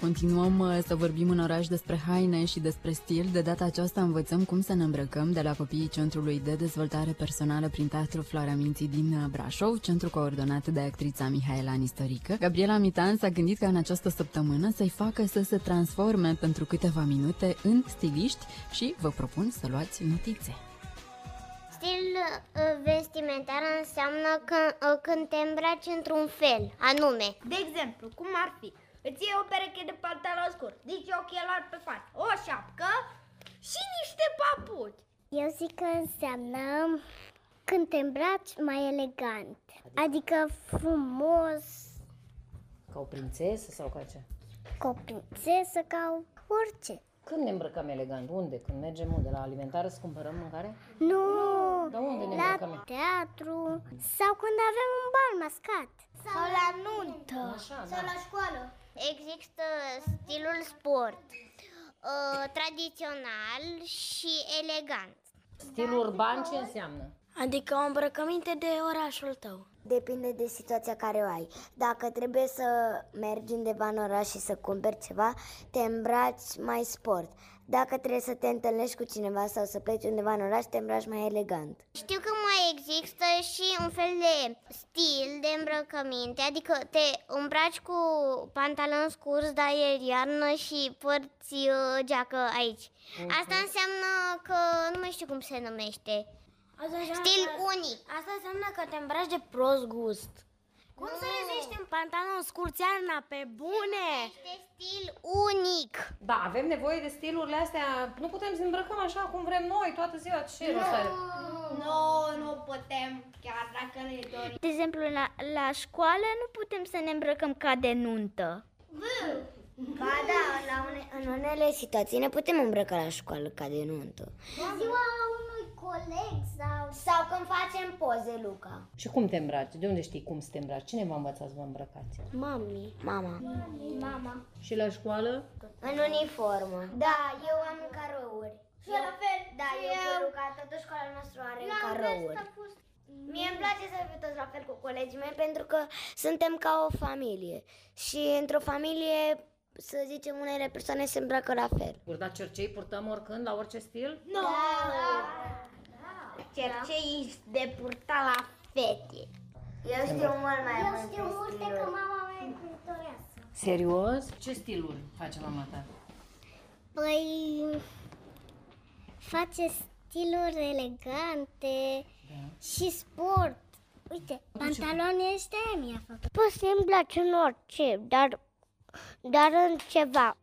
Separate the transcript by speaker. Speaker 1: Continuăm uh, să vorbim în oraș despre haine și despre stil. De data aceasta învățăm cum să ne îmbrăcăm de la copiii Centrului de Dezvoltare Personală prin Teatru Floarea Minții din uh, Brașov, centru coordonat de actrița Mihaela Nistorică. Gabriela Mitan s-a gândit ca în această săptămână să-i facă să se transforme pentru câteva minute în stiliști și vă propun să luați notițe.
Speaker 2: Stil uh, vestimentar înseamnă că, uh, când te îmbraci într-un fel, anume.
Speaker 3: De exemplu, cum ar fi? Îți iei o pereche de pantalon scurt, nici ochelari pe față, o șapcă și niște papuci.
Speaker 2: Eu zic că înseamnă când te îmbraci mai elegant, adică frumos,
Speaker 4: Ca o prințesă sau ca ce?
Speaker 2: cu o prințesă ca orice.
Speaker 4: Când ne îmbrăcăm elegant? Unde? Când mergem unde? La alimentară să cumpărăm mâncare?
Speaker 2: Nu,
Speaker 4: Dar Da, unde ne
Speaker 2: la
Speaker 4: îmbrăcăm?
Speaker 2: teatru sau când avem un bal mascat. Sau la nuntă.
Speaker 4: Așa, da.
Speaker 2: la școală. Există stilul sport, uh, tradițional și elegant.
Speaker 4: Stil urban ce înseamnă?
Speaker 5: Adică o îmbrăcăminte de orașul tău.
Speaker 6: Depinde de situația care o ai. Dacă trebuie să mergi undeva în oraș și să cumperi ceva, te îmbraci mai sport. Dacă trebuie să te întâlnești cu cineva sau să pleci undeva în oraș, te îmbraci mai elegant.
Speaker 2: Știu că mai există și un fel de stil de îmbrăcăminte, adică te îmbraci cu pantalon scurs, dar e iarnă și părți uh, geacă aici. Asta înseamnă că nu mai știu cum se numește.
Speaker 5: Asta înseamnă,
Speaker 2: Stil unic.
Speaker 5: asta înseamnă că te îmbraci de prost gust. Cum să
Speaker 2: Ah.
Speaker 5: rezești în pantalon scurt iarna pe bune?
Speaker 2: Este stil unic.
Speaker 4: Da, avem nevoie de stilurile astea. Nu putem să ne îmbrăcăm așa cum vrem noi toată ziua. Ce rost are?
Speaker 3: Nu, nu putem, chiar dacă ne dorim.
Speaker 2: De exemplu, la, la școală nu putem să ne îmbrăcăm ca de nuntă.
Speaker 6: Ba da, la une, în unele situații ne putem îmbrăca la școală ca de nuntă.
Speaker 2: Ziua unui coleg sau...
Speaker 6: Sau când facem poze, Luca.
Speaker 4: Și cum te îmbraci? De unde știi cum să te îmbraci? Cine v-a învățat să vă îmbrăcați?
Speaker 5: Mami.
Speaker 6: Mama.
Speaker 4: Și la școală?
Speaker 6: În uniformă. Da, eu am în carouri.
Speaker 3: Și la fel,
Speaker 6: Da, eu, eu Luca, toată școala noastră are în carouri. Mie îmi place să fiu toți la fel cu colegii mei pentru că suntem ca o familie și într-o familie, să zicem, unele persoane se îmbracă la fel.
Speaker 4: Burda cercei purtăm oricând, la orice stil?
Speaker 3: nu. Cercei de purta la fete.
Speaker 6: Eu știu mult mai eu mult.
Speaker 2: Știu multe că mama mea e cultoreasă.
Speaker 4: Serios? Ce stiluri face mama ta?
Speaker 2: Păi face stiluri elegante da. și sport. Uite, pantalonii ăștia mi-a făcut. Poți să îmbraci în orice, dar, dar în ceva.